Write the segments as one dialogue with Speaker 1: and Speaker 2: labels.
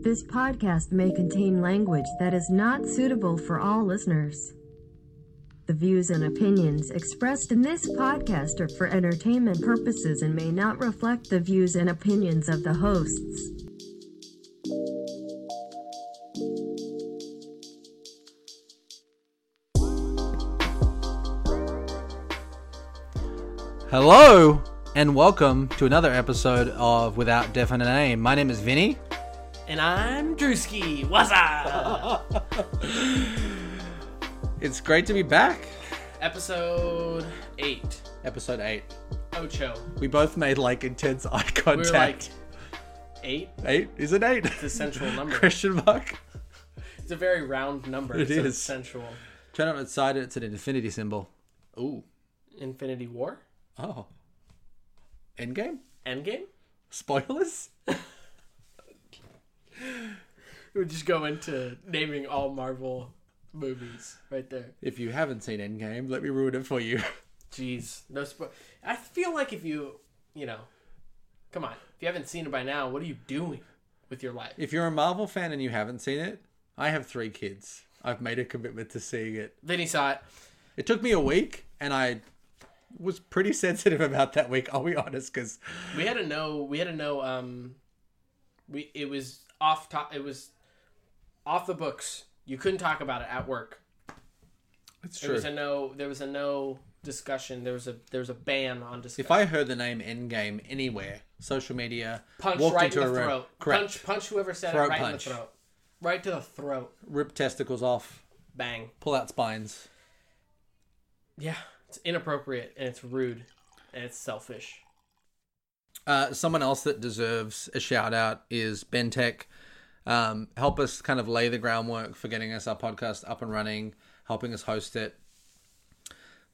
Speaker 1: This podcast may contain language that is not suitable for all listeners. The views and opinions expressed in this podcast are for entertainment purposes and may not reflect the views and opinions of the hosts.
Speaker 2: Hello and welcome to another episode of Without Definite Name. My name is Vinny.
Speaker 3: And I'm Drewski. What's up?
Speaker 2: It's great to be back.
Speaker 3: Episode 8.
Speaker 2: Episode 8.
Speaker 3: Ocho.
Speaker 2: We both made like intense eye
Speaker 3: We were
Speaker 2: contact.
Speaker 3: like, 8?
Speaker 2: 8? Is it 8?
Speaker 3: It's a sensual number.
Speaker 2: Question mark?
Speaker 3: It's a very round number.
Speaker 2: It
Speaker 3: so it's
Speaker 2: is.
Speaker 3: sensual.
Speaker 2: Turn it on its side and it's an infinity symbol. Ooh.
Speaker 3: Infinity War?
Speaker 2: Oh. Endgame?
Speaker 3: Endgame?
Speaker 2: Spoilers?
Speaker 3: We just go into naming all Marvel movies right there.
Speaker 2: If you haven't seen Endgame, let me ruin it for you.
Speaker 3: Jeez. No spo- I feel like if you, you know, come on. If you haven't seen it by now, what are you doing with your life?
Speaker 2: If you're a Marvel fan and you haven't seen it, I have three kids. I've made a commitment to seeing it.
Speaker 3: Then he saw it.
Speaker 2: It took me a week, and I was pretty sensitive about that week. I'll be honest, because
Speaker 3: We had to know. We had to know. Um, we it was off top. It was off the books. You couldn't talk about it at work.
Speaker 2: it's
Speaker 3: There was a no. There was a no discussion. There was a there was a ban on discussion.
Speaker 2: if I heard the name Endgame anywhere, social media,
Speaker 3: punch
Speaker 2: walked
Speaker 3: right in
Speaker 2: into
Speaker 3: the
Speaker 2: a room,
Speaker 3: throat.
Speaker 2: correct,
Speaker 3: Punch punch whoever said
Speaker 2: Throat
Speaker 3: it right
Speaker 2: punch.
Speaker 3: in the throat. Right to the throat.
Speaker 2: rip testicles off,
Speaker 3: Bang.
Speaker 2: pull out spines.
Speaker 3: Yeah, it's inappropriate and it's rude and it's selfish.
Speaker 2: Uh, someone else that deserves a shout out is Ben Tech. Um, help us kind of lay the groundwork for getting us our podcast up and running, helping us host it.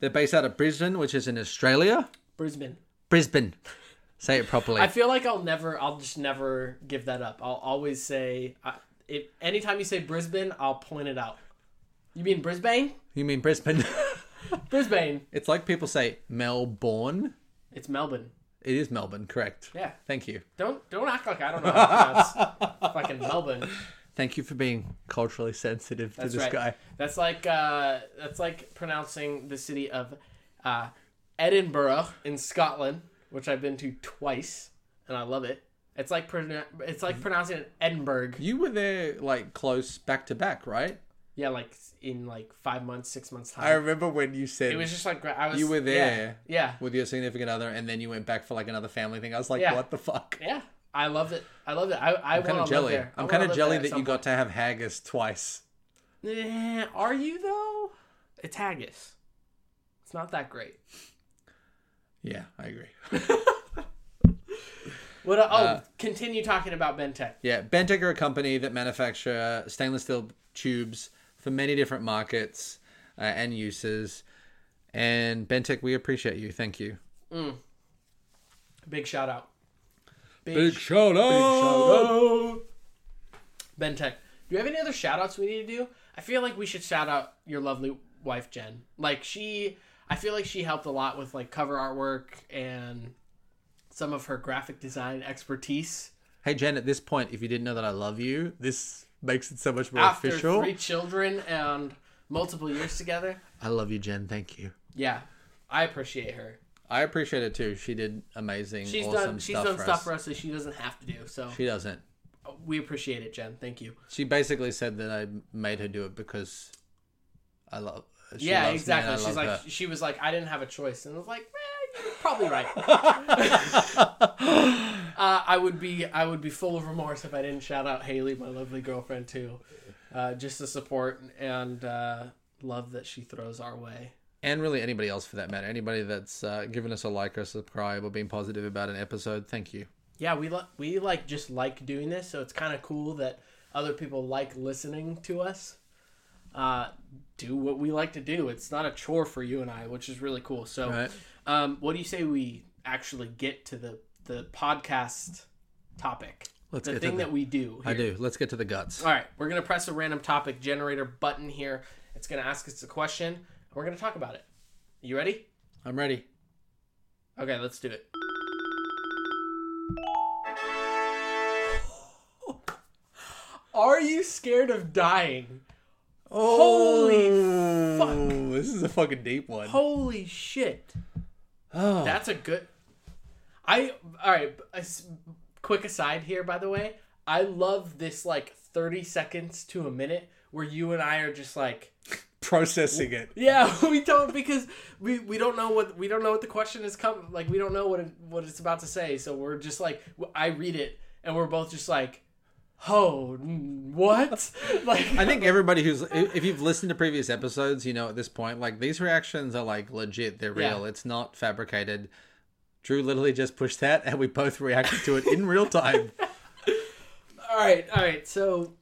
Speaker 2: They're based out of Brisbane, which is in Australia.
Speaker 3: Brisbane.
Speaker 2: Brisbane. Say it properly.
Speaker 3: I feel like I'll never. I'll just never give that up. I'll always say. I, if anytime you say Brisbane, I'll point it out. You mean Brisbane?
Speaker 2: you mean Brisbane?
Speaker 3: Brisbane.
Speaker 2: It's like people say Melbourne.
Speaker 3: It's Melbourne.
Speaker 2: It is Melbourne, correct?
Speaker 3: Yeah.
Speaker 2: Thank you.
Speaker 3: Don't don't act like I don't know. How to pronounce fucking Melbourne.
Speaker 2: Thank you for being culturally sensitive
Speaker 3: That's
Speaker 2: to this
Speaker 3: right.
Speaker 2: guy.
Speaker 3: That's like uh, that's like pronouncing the city of uh, Edinburgh in Scotland, which I've been to twice, and I love it. It's like pronu- it's
Speaker 2: Mm-hmm.
Speaker 3: like pronouncing it Edinburgh.
Speaker 2: You were there like close back to back, right?
Speaker 3: Yeah, like in like five months, six months
Speaker 2: I
Speaker 3: time.
Speaker 2: remember when you said
Speaker 3: it was just like gra- I was.
Speaker 2: you were
Speaker 3: yeah,
Speaker 2: there.
Speaker 3: Yeah.
Speaker 2: with your significant other, and then you went back for like another family thing. I was like,
Speaker 3: Yeah.
Speaker 2: what the fuck?
Speaker 3: Yeah. I loved it. I loved it. I, I
Speaker 2: I'm kind of jelly. I'm kind of jelly that you got to have haggis twice.
Speaker 3: Eh, are you though? It's haggis. It's not that great.
Speaker 2: Yeah, I agree.
Speaker 3: What? Uh, oh, continue talking about Bentec.
Speaker 2: Yeah, Bentec are a company that manufacture stainless steel tubes for many different markets uh, and uses. And Bentec, we appreciate you. Thank you.
Speaker 3: Big shout out. Big,
Speaker 2: shout out!
Speaker 3: Bentec. Do you have any other shout outs we need to do? I feel like we should shout out your lovely wife Jen. Like she, I feel like she helped a lot with like cover artwork and some of her graphic design expertise.
Speaker 2: Hey Jen, at this point, if you didn't know that I love you, this makes it so much more
Speaker 3: After
Speaker 2: official.
Speaker 3: three children and multiple years together,
Speaker 2: I love you, Jen. Thank you.
Speaker 3: yeah, I appreciate her.
Speaker 2: I appreciate it too. She did amazing.
Speaker 3: She's
Speaker 2: awesome
Speaker 3: done. She's
Speaker 2: stuff
Speaker 3: done
Speaker 2: for
Speaker 3: stuff
Speaker 2: us.
Speaker 3: for us that she doesn't have to do. So
Speaker 2: She doesn't.
Speaker 3: we appreciate it, Jen. Thank you.
Speaker 2: She basically said that I made her do it because I love. She
Speaker 3: yeah,
Speaker 2: loves me
Speaker 3: exactly.
Speaker 2: and I
Speaker 3: She's
Speaker 2: love
Speaker 3: like,
Speaker 2: her.
Speaker 3: she was like, I didn't have a choice, and I was like, eh, you're probably right. uh, I would be, I would be full of remorse if I didn't shout out Haley, my lovely girlfriend, too, uh, just the support and uh, love that she throws our way.
Speaker 2: and really anybody else for that matter. Anybody that's uh, given us a like or subscribe or been positive about an episode, thank you.
Speaker 3: Yeah, we lo- we like just like doing this, so it's kind of cool that other people like listening to us. Uh, do what we like to do. It's not a chore for you and I, which is really cool. So.
Speaker 2: Right?
Speaker 3: Um, what do you say we actually get to the the podcast topic?
Speaker 2: Let's
Speaker 3: the
Speaker 2: get to
Speaker 3: thing
Speaker 2: the-
Speaker 3: that we do.
Speaker 2: I
Speaker 3: here.
Speaker 2: do. Let's get to the guts.
Speaker 3: All right, we're gonna press a random topic generator button here. It's gonna ask us a question. And we're gonna talk about it. You ready?
Speaker 2: I'm ready.
Speaker 3: Okay, let's do it. Are you scared of dying?
Speaker 2: Oh,
Speaker 3: Holy fuck.
Speaker 2: This is a fucking deep one.
Speaker 3: Holy shit.
Speaker 2: Oh.
Speaker 3: That's a good. I all right. a s- quick aside here, by the way. I love this like thirty seconds to a minute where you and I are just like,
Speaker 2: processing it.
Speaker 3: yeah, we don't because we, we don't know what we don't know what the question is coming like we don't know what it, what it's about to say, so we're just like I read it and we're both just like, oh, mm, what? like
Speaker 2: I think everybody who's if if you've listened to previous episodes, you know at this point, like these reactions are like legit. They're
Speaker 3: Yeah.
Speaker 2: real. It's not fabricated. Drew literally just pushed that, and we both reacted to it in real time.
Speaker 3: All right, all right. So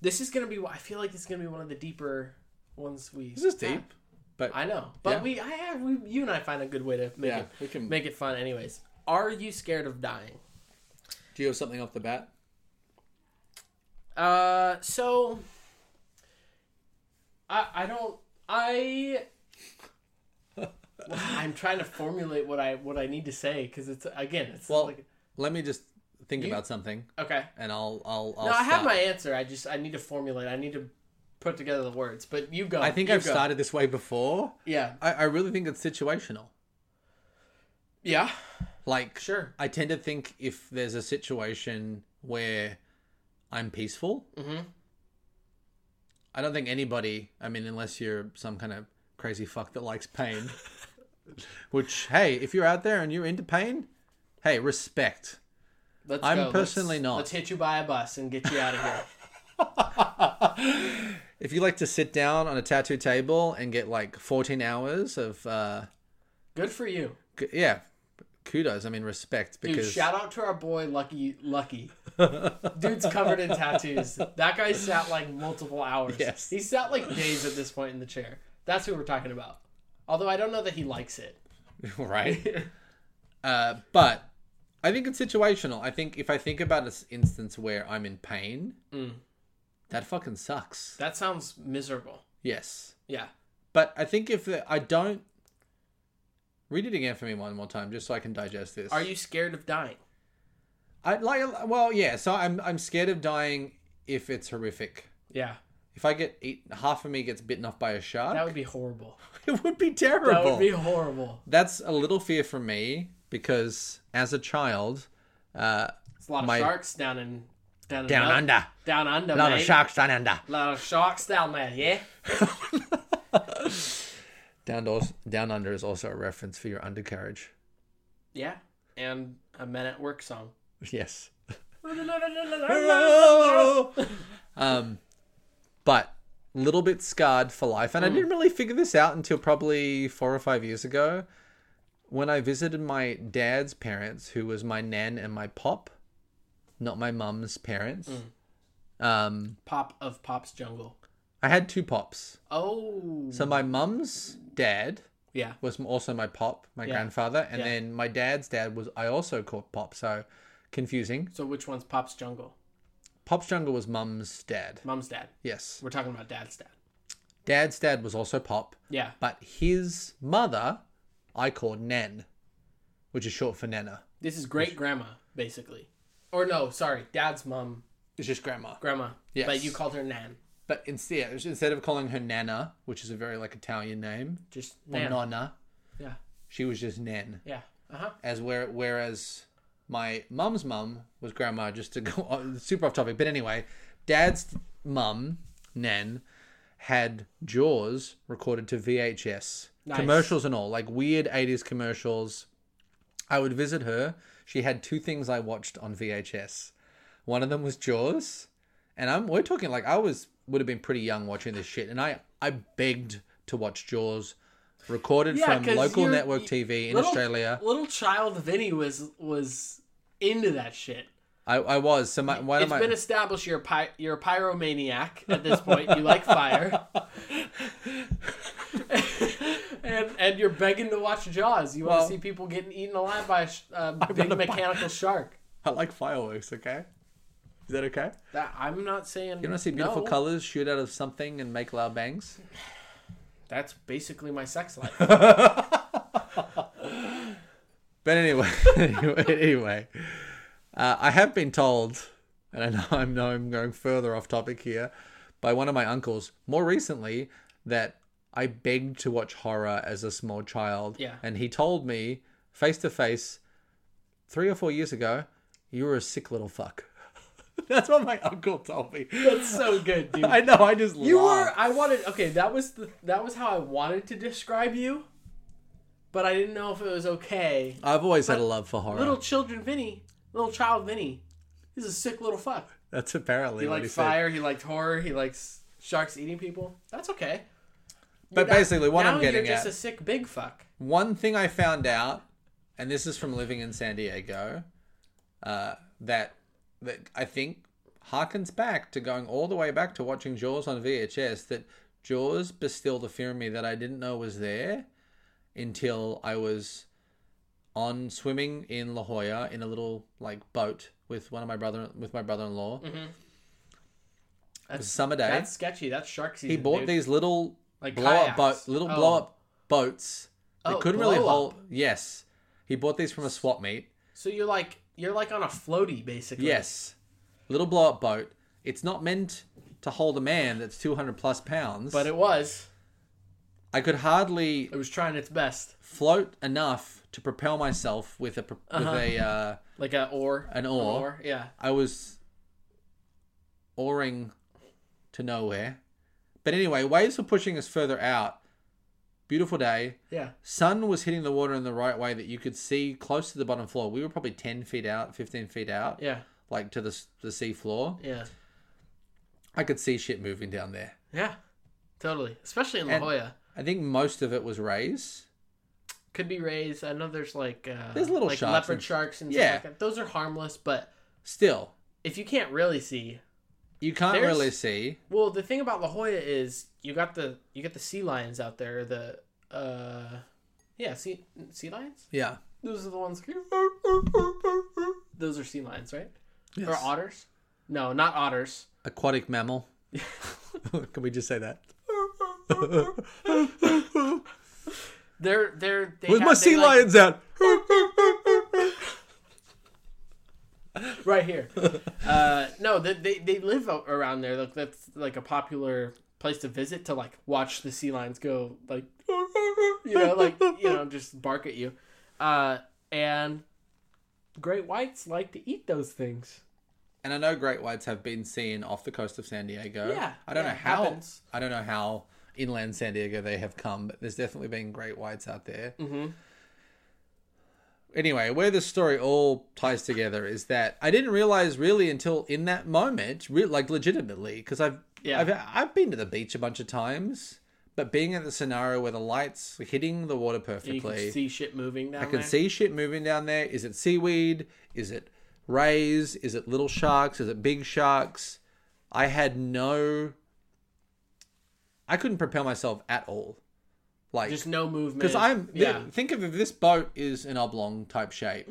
Speaker 3: this is gonna be. I feel like it's gonna be one of the deeper ones we.
Speaker 2: This is deep, but
Speaker 3: I know, but
Speaker 2: Yeah.
Speaker 3: we, I have, we, you and I find a good way to make
Speaker 2: Yeah,
Speaker 3: it,
Speaker 2: we can-
Speaker 3: make it fun. Anyways, are you scared of dying?
Speaker 2: do you have something off the bat?
Speaker 3: Uh, so I, I don't, I. I'm trying to formulate what I what I need to say because it's again it's
Speaker 2: Well,
Speaker 3: like
Speaker 2: let me just think about something,
Speaker 3: okay
Speaker 2: and I'll I'll. I'll
Speaker 3: no I have
Speaker 2: start.
Speaker 3: my answer I just I need to formulate I need to put together the words but you go
Speaker 2: I think
Speaker 3: you
Speaker 2: I've
Speaker 3: go.
Speaker 2: started this way before.
Speaker 3: yeah
Speaker 2: I, I really think it's situational.
Speaker 3: yeah
Speaker 2: Like
Speaker 3: Sure.
Speaker 2: I tend to think if there's a situation where I'm peaceful,
Speaker 3: Mm-hmm.
Speaker 2: I don't think anybody. I mean, unless you're some kind of crazy fuck that likes pain. which, hey, if you're out there and you're into pain, hey, respect.
Speaker 3: Let's
Speaker 2: I'm
Speaker 3: go. Let's-
Speaker 2: personally not.
Speaker 3: Let's hit you by a bus and get you out of here.
Speaker 2: If you like to sit down on a tattoo table and get like 14 hours of, uh,
Speaker 3: Good for you,
Speaker 2: g- yeah, kudos. I mean, respect
Speaker 3: dude.
Speaker 2: because
Speaker 3: Shout out to our boy Lucky. Lucky, dude's covered in tattoos. That guy sat like multiple hours.
Speaker 2: Yes.
Speaker 3: he sat like days at this point in the chair. That's who we're talking about. Although I don't know that he likes it.
Speaker 2: right? uh, but I think it's situational. I think if I think about an instance where I'm in pain,
Speaker 3: Mm.
Speaker 2: that fucking sucks.
Speaker 3: That sounds miserable.
Speaker 2: Yes,
Speaker 3: Yeah.
Speaker 2: but I think if the, I don't read it again for me one more time, just so I can digest this.
Speaker 3: Are you scared of dying?
Speaker 2: I like. Well, yeah. So I'm I'm scared of dying if it's horrific.
Speaker 3: Yeah,
Speaker 2: If I get eat, half of me gets bitten off by a shark,
Speaker 3: that would be horrible.
Speaker 2: it would be
Speaker 3: That
Speaker 2: terrible.
Speaker 3: would be horrible.
Speaker 2: That's a little fear for me because as a child, uh,
Speaker 3: It's a lot of
Speaker 2: My-
Speaker 3: sharks down in down in
Speaker 2: down
Speaker 3: up-
Speaker 2: under,
Speaker 3: Down under.
Speaker 2: a lot of
Speaker 3: mate.
Speaker 2: sharks down under.
Speaker 3: lot of sharks down there. Yeah.
Speaker 2: Down, to, down Under is also a reference for your undercarriage.
Speaker 3: Yeah. And a Men at Work song.
Speaker 2: Yes.
Speaker 3: I
Speaker 2: um, but a little bit scarred for life. And I didn't really figure this out until probably four or five years ago when I visited my dad's parents, who was my nan and my pop, not my mum's parents. Um,
Speaker 3: Pop of Pop's Jungle.
Speaker 2: I had two pops.
Speaker 3: Oh.
Speaker 2: So my mum's dad
Speaker 3: Yeah.
Speaker 2: was also my pop, my grandfather, and
Speaker 3: Yeah.
Speaker 2: then my dad's dad was I also called pop. So confusing.
Speaker 3: So which one's Pop's Jungle?
Speaker 2: Pop's Jungle was mum's dad.
Speaker 3: Mom's dad.
Speaker 2: Yes.
Speaker 3: We're talking about dad's dad.
Speaker 2: Dad's dad was also pop,
Speaker 3: Yeah.
Speaker 2: but his mother I called Nan, which is short for Nana.
Speaker 3: This is great grandma, basically. Or no, sorry, dad's mom,
Speaker 2: It's just grandma.
Speaker 3: grandma.
Speaker 2: Yes.
Speaker 3: But you called her Nan.
Speaker 2: But instead, instead of calling her Nana, which is a very like Italian name,
Speaker 3: Just
Speaker 2: or
Speaker 3: Nan.
Speaker 2: Nonna,
Speaker 3: Yeah.
Speaker 2: she was just Nan.
Speaker 3: Yeah. Uh huh.
Speaker 2: As where, whereas my mum's mum was grandma, just to go on, super off topic. But anyway, dad's mum, Nan, had Jaws recorded to VHS.
Speaker 3: Nice.
Speaker 2: Commercials and all, like weird 80s commercials. I would visit her. She had two things I watched on VHS. One of them was Jaws, and I'm we're talking like I was would have been pretty young watching this shit, and I I begged to watch Jaws, recorded
Speaker 3: Yeah,
Speaker 2: from
Speaker 3: 'cause
Speaker 2: local
Speaker 3: you're-
Speaker 2: network
Speaker 3: you-
Speaker 2: TV in
Speaker 3: little-
Speaker 2: Australia.
Speaker 3: Little child Vinny was was into that shit.
Speaker 2: I, I was so my one
Speaker 3: It's
Speaker 2: of my
Speaker 3: been established you're a py- you're a pyromaniac at this point. You like fire, and and you're begging to watch Jaws. You
Speaker 2: Well-
Speaker 3: want to see people getting eaten alive by a sh- uh, big
Speaker 2: not a pi-
Speaker 3: mechanical shark.
Speaker 2: I like fireworks. Okay, is that okay?
Speaker 3: That I'm not saying.
Speaker 2: You want to see beautiful
Speaker 3: no.
Speaker 2: colors shoot out of something and make loud bangs?
Speaker 3: That's basically my sex life.
Speaker 2: But anyway, anyway, uh, I have been told. and I know I know I'm going further off topic here, by one of my uncles more recently that I begged to watch horror as a small child.
Speaker 3: Yeah.
Speaker 2: And he told me face to face three or four years ago, you were a sick little fuck. That's what my uncle told me.
Speaker 3: That's so good, dude.
Speaker 2: I know, I just
Speaker 3: You
Speaker 2: laughed.
Speaker 3: were. I wanted. Okay, that was the. That was how I wanted to describe you, but I didn't know if it was okay.
Speaker 2: I've always had a love for horror.
Speaker 3: Little children, Vinny. Little child, Vinny. He's a sick little fuck.
Speaker 2: That's apparently
Speaker 3: He
Speaker 2: what
Speaker 3: liked
Speaker 2: he said.
Speaker 3: fire. He liked horror. He likes sharks eating people. That's okay.
Speaker 2: But
Speaker 3: You're not-
Speaker 2: basically, what
Speaker 3: now
Speaker 2: I'm getting
Speaker 3: you're just
Speaker 2: at-
Speaker 3: a sick big fuck.
Speaker 2: One thing I found out, and this is from living in San Diego, uh, that that I think harkens back to going all the way back to watching Jaws on VHS. That Jaws bestilled a fear in me that I didn't know was there until I was on swimming in La Jolla in a little like boat with one of my brother with my brother-in-law.
Speaker 3: Mm-hmm.
Speaker 2: It was a summer day.
Speaker 3: That's sketchy. That's shark season.
Speaker 2: He bought
Speaker 3: dude.
Speaker 2: these little
Speaker 3: Like
Speaker 2: blow up boat,
Speaker 3: kayaks.
Speaker 2: little
Speaker 3: Oh.
Speaker 2: blow up boats. They
Speaker 3: Oh,
Speaker 2: couldn't really
Speaker 3: blow
Speaker 2: hold. Yes, he bought these from a swap meet.
Speaker 3: So you're like you're like on a floaty basically.
Speaker 2: Yes, little blow up boat. It's not meant to hold a man that's two hundred plus pounds.
Speaker 3: But it was.
Speaker 2: I could hardly
Speaker 3: It was trying its best,
Speaker 2: float enough to propel myself with a pro-
Speaker 3: Uh-huh.
Speaker 2: with a. Uh,
Speaker 3: like a oar.
Speaker 2: An oar.
Speaker 3: Yeah.
Speaker 2: I was oaring to nowhere. But anyway, waves were pushing us further out. Beautiful day.
Speaker 3: Yeah.
Speaker 2: sun was hitting the water in the right way that you could see close to the bottom floor. We were probably 10 feet out, 15 feet out,
Speaker 3: Yeah.
Speaker 2: like to the, the sea floor.
Speaker 3: Yeah.
Speaker 2: I could see shit moving down there.
Speaker 3: Yeah. Totally. Especially in La
Speaker 2: And-
Speaker 3: Jolla.
Speaker 2: I think most of it was rays.
Speaker 3: Could be rays. I know there's like uh,
Speaker 2: There's little
Speaker 3: like
Speaker 2: sharks
Speaker 3: leopard
Speaker 2: and-
Speaker 3: sharks and
Speaker 2: Yeah.
Speaker 3: stuff like that. Those are harmless, but
Speaker 2: Still,
Speaker 3: if you can't really see,
Speaker 2: you can't
Speaker 3: There's-
Speaker 2: really see.
Speaker 3: well, the thing about La Jolla is you got the you got the sea lions out there. The uh, yeah, sea sea lions.
Speaker 2: Yeah.
Speaker 3: Those are the ones. Those are sea lions, right? Or otters? No, not otters.
Speaker 2: Aquatic mammal. Can we just say that?
Speaker 3: They're they're they
Speaker 2: With
Speaker 3: have-
Speaker 2: my
Speaker 3: they
Speaker 2: sea
Speaker 3: like-
Speaker 2: lions out.
Speaker 3: right here. Uh, no, they, they they live out around there. Like that's like a popular place to visit to like watch the sea lions go like you know like you know just bark at you, uh, and great whites like to eat those things.
Speaker 2: And I know great whites have been seen off the coast of San Diego.
Speaker 3: Yeah,
Speaker 2: I don't
Speaker 3: yeah,
Speaker 2: know
Speaker 3: it
Speaker 2: how.
Speaker 3: happens.
Speaker 2: I don't know how inland San Diego they have come, but there's definitely been great whites out there. Mm-hmm. Anyway, where this story all ties together is that I didn't realize really until in that moment, re- like legitimately, because I've
Speaker 3: Yeah.
Speaker 2: I've I've been to the beach a bunch of times, but being at the scenario where the lights were hitting the water
Speaker 3: You
Speaker 2: perfectly,
Speaker 3: can see shit moving down
Speaker 2: I can
Speaker 3: there.
Speaker 2: see shit moving down there. Is it seaweed? Is it rays? Is it little sharks? Is it big sharks? I had no. I couldn't propel myself at all. Like,
Speaker 3: just no movement.
Speaker 2: because I'm. thi-
Speaker 3: yeah Mm-hmm.
Speaker 2: think of if this boat is an oblong type shape.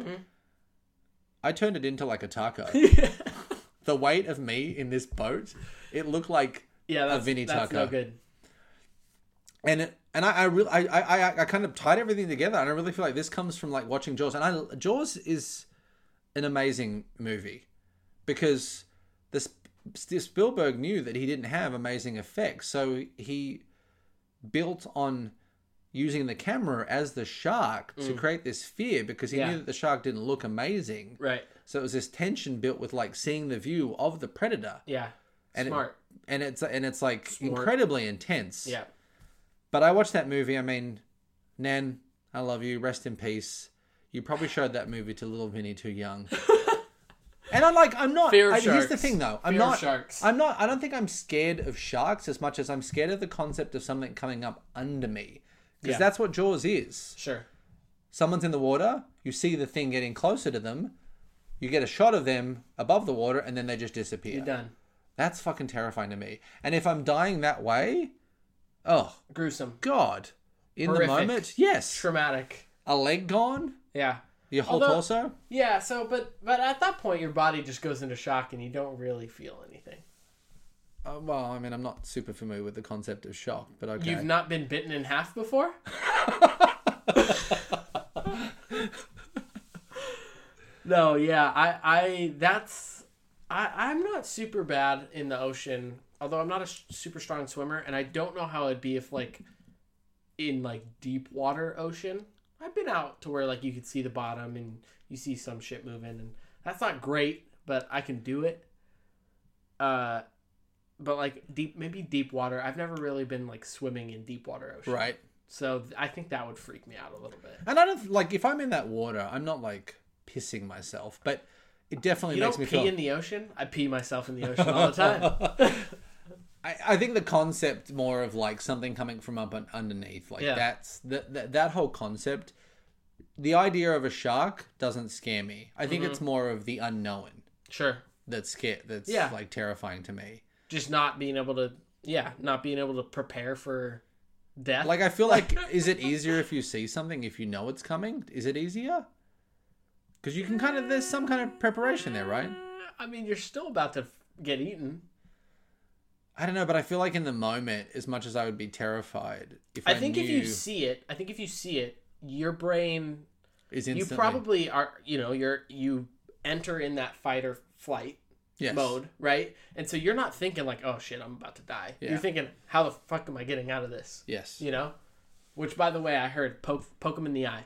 Speaker 2: I turned it into like a taco. the weight of me in this boat, it looked like
Speaker 3: yeah that's,
Speaker 2: a Vinnie
Speaker 3: that's
Speaker 2: taco.
Speaker 3: no good.
Speaker 2: and it, and I I, really, I I I I kind of tied everything together, and I really feel like this comes from like watching Jaws, and I Jaws is an amazing movie because this Spielberg knew that he didn't have amazing effects, so he built on using the camera as the shark to create this fear because he
Speaker 3: Mm. Yeah.
Speaker 2: knew that the shark didn't look amazing.
Speaker 3: Right.
Speaker 2: So it was this tension built with like seeing the view of the predator,
Speaker 3: Yeah.
Speaker 2: And it-
Speaker 3: Smart.
Speaker 2: and it's and it's like
Speaker 3: Smart.
Speaker 2: incredibly intense.
Speaker 3: yeah.
Speaker 2: But I watched that movie. I mean, Nan, I love you. Rest in peace. You probably showed that movie to little Vinny too young. and I'm like, I'm not.
Speaker 3: Fear of
Speaker 2: I- Here's the
Speaker 3: sharks.
Speaker 2: thing, though. I'm
Speaker 3: Fear of
Speaker 2: not.
Speaker 3: sharks.
Speaker 2: I'm not. I don't think I'm scared of sharks as much as I'm scared of the concept of something coming up under me. Because
Speaker 3: Yeah.
Speaker 2: that's what Jaws is.
Speaker 3: Sure.
Speaker 2: Someone's in the water. You see the thing getting closer to them. You get a shot of them above the water, and then they just disappear.
Speaker 3: You're done.
Speaker 2: That's fucking terrifying to me. And if I'm dying that way, oh
Speaker 3: Gruesome.
Speaker 2: God. In
Speaker 3: Horrific.
Speaker 2: the moment, yes.
Speaker 3: Traumatic.
Speaker 2: A leg gone?
Speaker 3: Yeah.
Speaker 2: Your whole
Speaker 3: Although-
Speaker 2: torso?
Speaker 3: Yeah, so but but at that point your body just goes into shock and you don't really feel anything.
Speaker 2: Uh, well, I mean, I'm not super familiar with the concept of shock, but okay.
Speaker 3: You've not been bitten in half before? no, yeah, I I that's I, I'm not super bad in the ocean, although I'm not a s- super strong swimmer, and I don't know how it'd be if like in like deep water ocean. I've been out to where like you could see the bottom and you see some shit moving, and that's not great, but I can do it. Uh, but like deep, maybe deep water. I've never really been like swimming in deep water ocean,
Speaker 2: Right.
Speaker 3: So th- I think that would freak me out a little bit.
Speaker 2: And I don't like if I'm in that water, I'm not like pissing myself, but it definitely
Speaker 3: You
Speaker 2: makes
Speaker 3: don't
Speaker 2: me
Speaker 3: pee
Speaker 2: feel.
Speaker 3: in the ocean. I pee myself in the ocean all the time.
Speaker 2: I, I think the concept more of like something coming from up and underneath, like
Speaker 3: Yeah.
Speaker 2: that's that that that whole concept. The idea of a shark doesn't scare me. I think it's more of the unknown
Speaker 3: Sure.
Speaker 2: that's scare that's
Speaker 3: Yeah.
Speaker 2: like terrifying to me.
Speaker 3: just not being able to yeah not being able to prepare for death
Speaker 2: Like I feel like is it easier if you see something if you know it's coming? Is it easier? Because you can kind of there's some kind of preparation there, right?
Speaker 3: i mean you're still about to f- get eaten
Speaker 2: I don't know, but I feel like in the moment, as much as I would be terrified, if I,
Speaker 3: i think
Speaker 2: knew
Speaker 3: if you see it i think if you see it your brain
Speaker 2: is
Speaker 3: you
Speaker 2: instantly,
Speaker 3: probably are you know you're you enter in that fight or flight
Speaker 2: yes.
Speaker 3: mode right and so you're not thinking like oh shit i'm about to die
Speaker 2: Yeah.
Speaker 3: you're thinking how the fuck am i getting out of this
Speaker 2: Yes,
Speaker 3: you know which by the way i heard poke poke him in the eye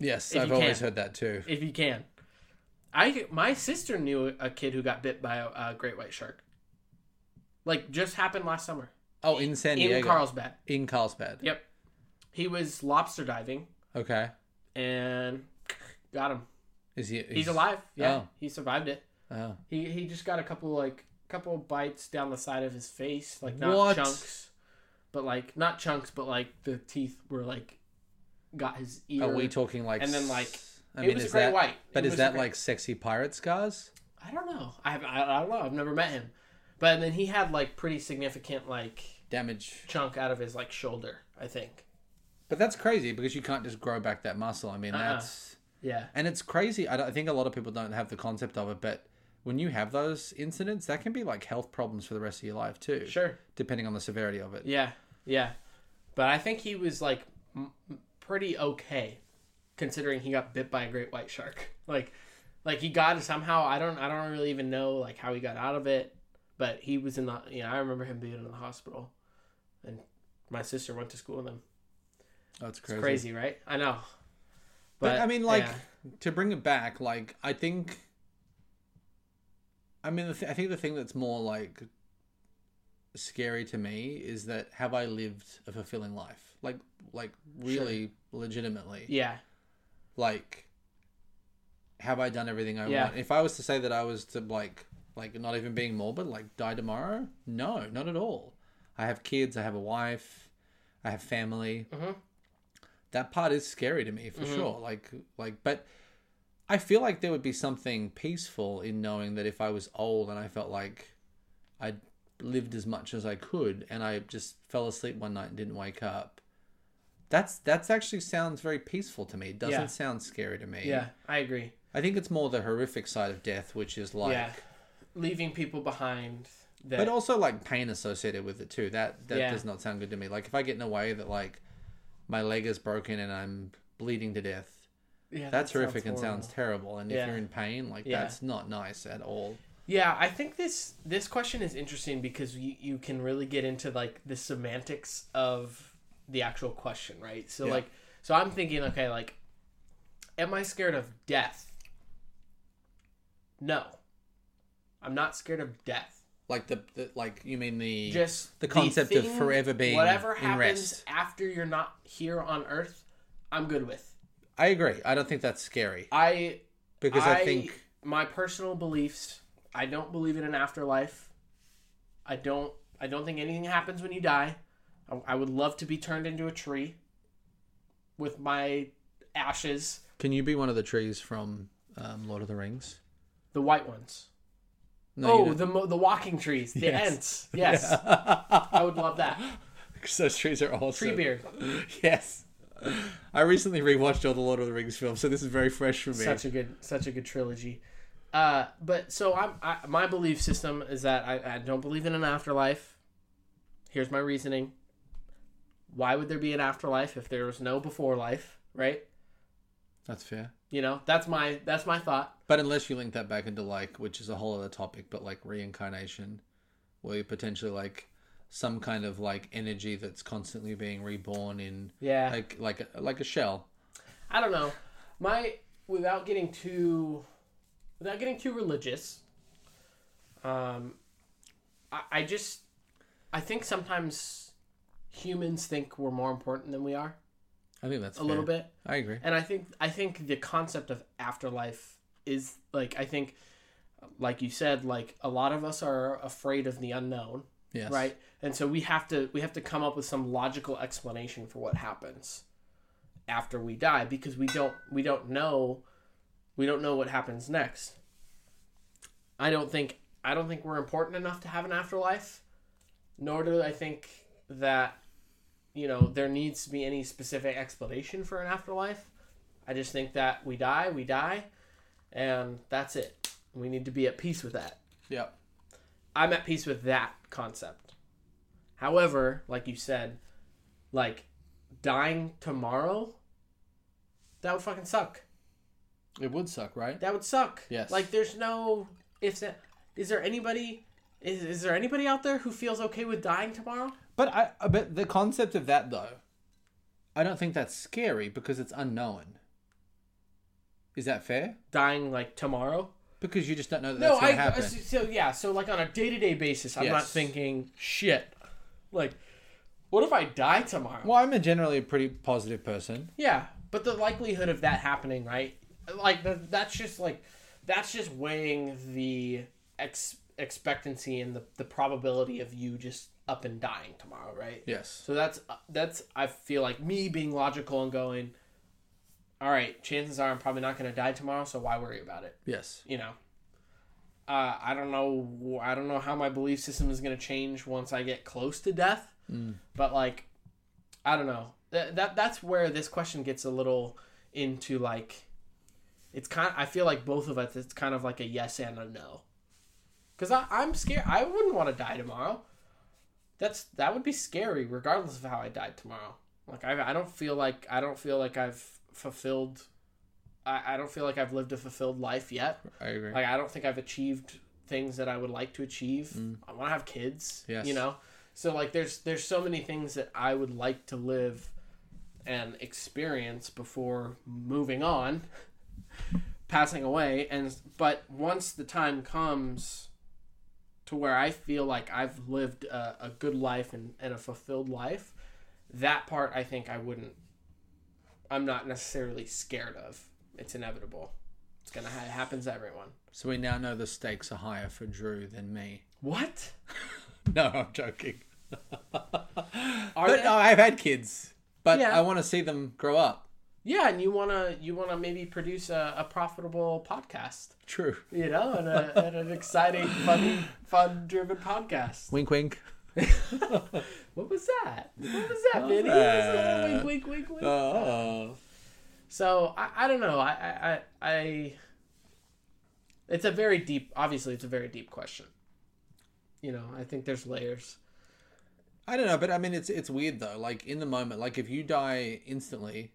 Speaker 2: yes,
Speaker 3: if
Speaker 2: I've
Speaker 3: you
Speaker 2: always
Speaker 3: can.
Speaker 2: heard that too.
Speaker 3: if you can i my sister knew a kid who got bit by a, a great white shark like just happened last summer
Speaker 2: Oh, in San
Speaker 3: in
Speaker 2: Diego,
Speaker 3: carlsbad
Speaker 2: in Carlsbad.
Speaker 3: yep he was lobster diving
Speaker 2: Okay,
Speaker 3: and got him
Speaker 2: is he?
Speaker 3: he's, alive yeah
Speaker 2: Oh.
Speaker 3: he survived it
Speaker 2: Oh.
Speaker 3: he he just got a couple like couple bites down the side of his face like not
Speaker 2: What?
Speaker 3: chunks but like not chunks but like the teeth were like got his ear
Speaker 2: Are Oh, we talking like?
Speaker 3: And then,
Speaker 2: s-
Speaker 3: like,
Speaker 2: I
Speaker 3: it
Speaker 2: mean,
Speaker 3: was a
Speaker 2: is
Speaker 3: great
Speaker 2: that,
Speaker 3: white.
Speaker 2: But
Speaker 3: It
Speaker 2: is
Speaker 3: was a
Speaker 2: that
Speaker 3: great-
Speaker 2: like sexy pirate scars?
Speaker 3: I don't know. I, I, I don't know. I've never met him. But then he had like pretty significant like
Speaker 2: Damage,
Speaker 3: chunk out of his like shoulder. I think.
Speaker 2: but that's crazy because you can't just grow back that muscle. I mean,
Speaker 3: Uh-uh.
Speaker 2: that's
Speaker 3: Yeah.
Speaker 2: and it's crazy. I, don't, I think a lot of people don't have the concept of it, but when you have those incidents, that can be like health problems for the rest of your life too.
Speaker 3: Sure.
Speaker 2: depending on the severity of it.
Speaker 3: Yeah. Yeah. But I think he was like m- m- pretty okay, considering he got bit by a great white shark. Like, like he got it somehow. I don't. I don't really even know like how he got out of it. But he was in the. You know, I remember him being in the hospital, and my sister went to school with him.
Speaker 2: That's crazy.
Speaker 3: Crazy, right? I know.
Speaker 2: But, I mean, like
Speaker 3: yeah.
Speaker 2: to bring it back, like I think. I mean, the th- I think the thing that's more like scary to me is that have I lived a fulfilling life, like like really legitimately,
Speaker 3: yeah.
Speaker 2: like have I done everything I
Speaker 3: Yeah.
Speaker 2: want? If I was to say that I was to like like not even being morbid, like die tomorrow, no, not at all. I have kids, I have a wife, I have family.
Speaker 3: Mhm.
Speaker 2: That part is scary to me for
Speaker 3: Mm-hmm.
Speaker 2: sure. Like like but I feel like there would be something peaceful in knowing that if I was old and I felt like I lived as much as I could and I just fell asleep one night and didn't wake up. That's that's actually sounds very peaceful to me. It doesn't
Speaker 3: Yeah.
Speaker 2: sound scary to me.
Speaker 3: Yeah. I agree.
Speaker 2: I think it's more the horrific side of death, which is like,
Speaker 3: yeah, leaving people behind. That
Speaker 2: but also like pain associated with it too. That that
Speaker 3: Yeah.
Speaker 2: does not sound good to me. Like if I get in a way that like my leg is broken and I'm bleeding to death,
Speaker 3: yeah, that
Speaker 2: that's horrific and
Speaker 3: sounds
Speaker 2: sounds
Speaker 3: horrible.
Speaker 2: terrible. And if
Speaker 3: Yeah.
Speaker 2: you're in pain, like
Speaker 3: Yeah.
Speaker 2: that's not nice at all.
Speaker 3: Yeah, I think this this question is interesting because you, you can really get into like the semantics of the actual question, right? So
Speaker 2: Yeah.
Speaker 3: like, so I'm thinking, okay, like, am I scared of death? No, I'm not scared of death.
Speaker 2: Like the, the like you mean the
Speaker 3: Just
Speaker 2: the concept of
Speaker 3: thing-
Speaker 2: forever being
Speaker 3: whatever
Speaker 2: in
Speaker 3: happens
Speaker 2: rest.
Speaker 3: after you're not here on Earth, I'm good with.
Speaker 2: I agree. I don't think that's scary
Speaker 3: I
Speaker 2: because I think
Speaker 3: my personal beliefs. I don't believe in an afterlife. I don't. I don't think anything happens when you die. I, I would love to be turned into a tree with my ashes,
Speaker 2: can you be one of the trees from um, Lord of the Rings?
Speaker 3: the white ones.
Speaker 2: No, you
Speaker 3: oh,
Speaker 2: don't.
Speaker 3: the mo- the walking trees, the
Speaker 2: Yes.
Speaker 3: ants. Yes, I would love that.
Speaker 2: 'Cause those trees are awesome.
Speaker 3: Tree beard,
Speaker 2: Yes. I recently rewatched all the Lord of the Rings films, so this is very fresh for me.
Speaker 3: such a good, such a good trilogy. Uh, but so I'm. I, my belief system is that I, I don't believe in an afterlife. Here's my reasoning. why would there be an afterlife if there was no before life, right?
Speaker 2: That's fair.
Speaker 3: You know, that's my that's my thought.
Speaker 2: But unless you link that back into like, which is a whole other topic, but like reincarnation, where you potentially like some kind of like energy that's constantly being reborn in
Speaker 3: Yeah.
Speaker 2: like like a, like a shell.
Speaker 3: I don't know. My without getting too without getting too religious, um, I, I just I think sometimes humans think we're more important than we are
Speaker 2: I think that's
Speaker 3: a little bit,
Speaker 2: I agree.
Speaker 3: and I think I think the concept of afterlife is like I think, like you said, like a lot of us are afraid of the unknown,
Speaker 2: Yes.
Speaker 3: right? And so we have to we have to come up with some logical explanation for what happens after we die because we don't we don't know we don't know what happens next. I don't think I don't think we're important enough to have an afterlife, nor do I think that you know there needs to be any specific explanation for an afterlife. I just think that we die, we die, and that's it. We need to be at peace with that.
Speaker 2: Yeah.
Speaker 3: I'm at peace with that concept. However, like you said, like dying tomorrow, that would fucking suck.
Speaker 2: It would suck, right?
Speaker 3: That would suck.
Speaker 2: Yes.
Speaker 3: Like there's no if that is there anybody is, is there anybody out there who feels okay with dying tomorrow?
Speaker 2: But I I- but the concept of that though, I don't think that's scary because it's unknown. Is that fair?
Speaker 3: Dying like tomorrow?
Speaker 2: Because you just don't know that
Speaker 3: No,
Speaker 2: that's
Speaker 3: I
Speaker 2: going to happen.
Speaker 3: so, so yeah, so like on a day-to-day basis, I'm not
Speaker 2: Yes.
Speaker 3: thinking shit. Like what if I die tomorrow?
Speaker 2: Well, I'm a generally a pretty positive person.
Speaker 3: Yeah, but the likelihood of that happening, right? Like the, that's just like that's just weighing the ex- expectancy and the, the probability of you just up and dying tomorrow, right?
Speaker 2: Yes.
Speaker 3: So that's that's I feel like me being logical and going, all right, chances are I'm probably not going to die tomorrow, so why worry about it?
Speaker 2: Yes.
Speaker 3: You know. Uh, I don't know. I don't know how my belief system is going to change once I get close to death. But like, I don't know. That, that that's where this question gets a little into like, it's kind. I feel like both of us. It's kind of like a yes and a no. Cause I, I'm scared. I wouldn't want to die tomorrow. That's that would be scary, regardless of how I died tomorrow. Like I, I don't feel like I don't feel like I've fulfilled. I, I don't feel like I've lived a fulfilled life yet.
Speaker 2: I agree.
Speaker 3: Like I don't think I've achieved things that I would like to achieve. I want to have kids.
Speaker 2: Mm. Yes.
Speaker 3: You know, so like there's there's so many things that I would like to live and experience before moving on, passing away, and but once the time comes to where I feel like I've lived a, a good life and, and a fulfilled life, that part I think I wouldn't. I'm not necessarily scared of. It's inevitable. It's gonna ha- it happens to everyone.
Speaker 2: so we now know the stakes are higher for Drew than me.
Speaker 3: What?
Speaker 2: No, I'm joking.
Speaker 3: Are
Speaker 2: But
Speaker 3: they-
Speaker 2: no, I've had kids, but
Speaker 3: Yeah.
Speaker 2: I want to see them grow up.
Speaker 3: yeah, and you wanna you wanna maybe produce a, a profitable podcast,
Speaker 2: True.
Speaker 3: you know, and, a, and an exciting, funny, fun driven podcast.
Speaker 2: Wink, wink.
Speaker 3: What was that? What was that, Vinny?
Speaker 2: that.
Speaker 3: Wink, wink, wink, wink.
Speaker 2: Oh.
Speaker 3: So I, I don't know. I, I I I it's a very deep obviously it's a very deep question. You know, I think there's layers.
Speaker 2: I don't know, but I mean, it's it's weird though. Like in the moment, like if you die instantly,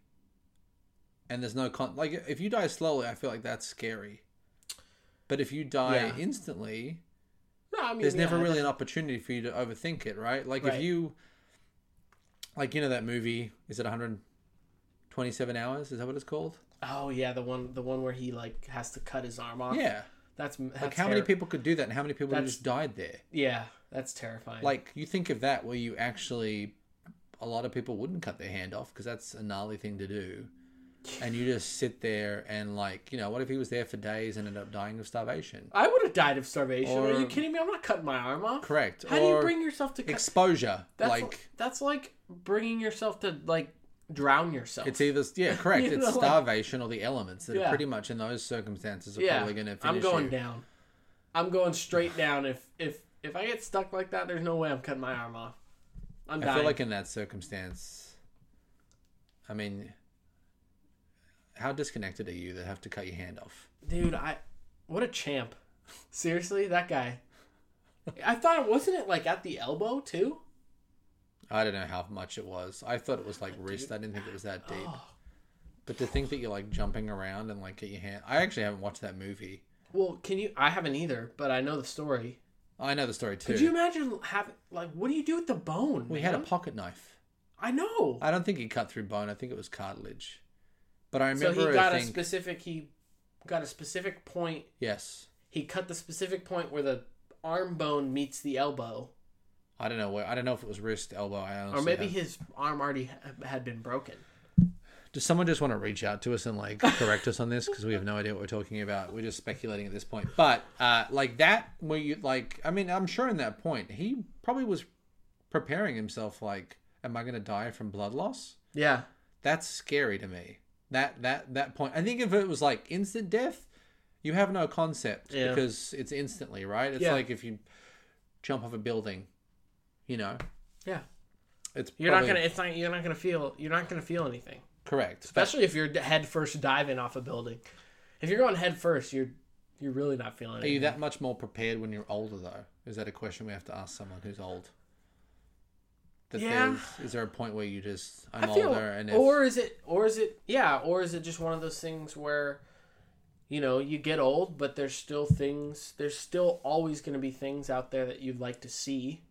Speaker 2: and there's no con, like if you die slowly, I feel like that's scary. But if you die
Speaker 3: Yeah.
Speaker 2: instantly,
Speaker 3: No, I mean
Speaker 2: there's
Speaker 3: yeah,
Speaker 2: never
Speaker 3: I-
Speaker 2: really an opportunity for you to overthink it, right? Like if
Speaker 3: Right.
Speaker 2: you, like you know that movie, is it 127 hours? Is that what it's called?
Speaker 3: Oh yeah, the one the one where he like has to cut his arm off.
Speaker 2: Yeah.
Speaker 3: That's, that's
Speaker 2: Like how many
Speaker 3: terri-
Speaker 2: people could do that, and how many people
Speaker 3: That's-
Speaker 2: just died there?
Speaker 3: Yeah, that's terrifying.
Speaker 2: Like you think of that, where you actually, a lot of people wouldn't cut their hand off because that's a gnarly thing to do, and you just sit there and like, you know, what if he was there for days and ended up dying of starvation?
Speaker 3: I would have died of starvation. Are you
Speaker 2: Or-
Speaker 3: kidding me? I'm not cutting my arm off.
Speaker 2: Correct.
Speaker 3: How do you bring yourself to cut?
Speaker 2: exposure?
Speaker 3: that's
Speaker 2: like
Speaker 3: like, that's like bringing yourself to like drown yourself.
Speaker 2: it's either yeah, correct.
Speaker 3: You
Speaker 2: it's
Speaker 3: know, like-
Speaker 2: starvation or the elements that are
Speaker 3: Yeah.
Speaker 2: pretty much in those circumstances are
Speaker 3: yeah.
Speaker 2: probably going to finish
Speaker 3: I'm going
Speaker 2: you.
Speaker 3: down. I'm going straight down. If if if I get stuck like that, there's no way I'm cutting my arm off. I'm
Speaker 2: I
Speaker 3: dying.
Speaker 2: feel like in that circumstance, I mean, how disconnected are you that have to cut your hand off?
Speaker 3: Dude, I what a champ. Seriously, that guy. I thought it wasn't it like at the elbow too. Oh.
Speaker 2: I don't know how much it was. I thought it was like wrist. I didn't think it was that deep. But to think that you're like jumping around and like get your hand. I actually haven't watched that movie.
Speaker 3: Well, can you? I haven't either, but I know the story.
Speaker 2: I know the story too.
Speaker 3: Could you imagine having like what do you do with the bone?
Speaker 2: we had a
Speaker 3: man?
Speaker 2: pocket knife.
Speaker 3: I know.
Speaker 2: I don't think he cut through bone. I think it was cartilage. But I
Speaker 3: so
Speaker 2: remember
Speaker 3: he got
Speaker 2: I
Speaker 3: a
Speaker 2: think
Speaker 3: specific. He got a specific point.
Speaker 2: yes.
Speaker 3: He cut the specific point where the arm bone meets the elbow,
Speaker 2: I don't know. where- I don't know if it was wrist, elbow. I honestly
Speaker 3: or maybe
Speaker 2: have-
Speaker 3: his arm already ha- had been broken.
Speaker 2: Does someone just want to reach out to us and like correct us on this because we have no idea what we're talking about? We're just speculating at this point. But uh, like that, where you like, I mean, I'm sure in that point he probably was preparing himself. Like, am I going to die from blood loss?
Speaker 3: Yeah.
Speaker 2: That's scary to me. That that that point. I think if it was like instant death, you have no concept
Speaker 3: Yeah.
Speaker 2: because it's instantly, right? It's
Speaker 3: Yeah.
Speaker 2: like if you jump off a building, you know,
Speaker 3: Yeah.
Speaker 2: it's
Speaker 3: You're
Speaker 2: probably-
Speaker 3: not gonna. It's not. You're not gonna feel. You're not gonna feel anything.
Speaker 2: correct. That-
Speaker 3: Especially if you're d- head first diving off a building. If you're going head first, you're you're really not feeling
Speaker 2: Are
Speaker 3: anything.
Speaker 2: you that much more prepared when you're older, though? Is that a question we have to ask someone who's old? That
Speaker 3: Yeah.
Speaker 2: there's- Is there a point where you just I'm
Speaker 3: I feel,
Speaker 2: older and if,
Speaker 3: or is it, or is it, yeah, or is it just one of those things where, you know, you get old, but there's still things, there's still always going to be things out there that you'd like to see.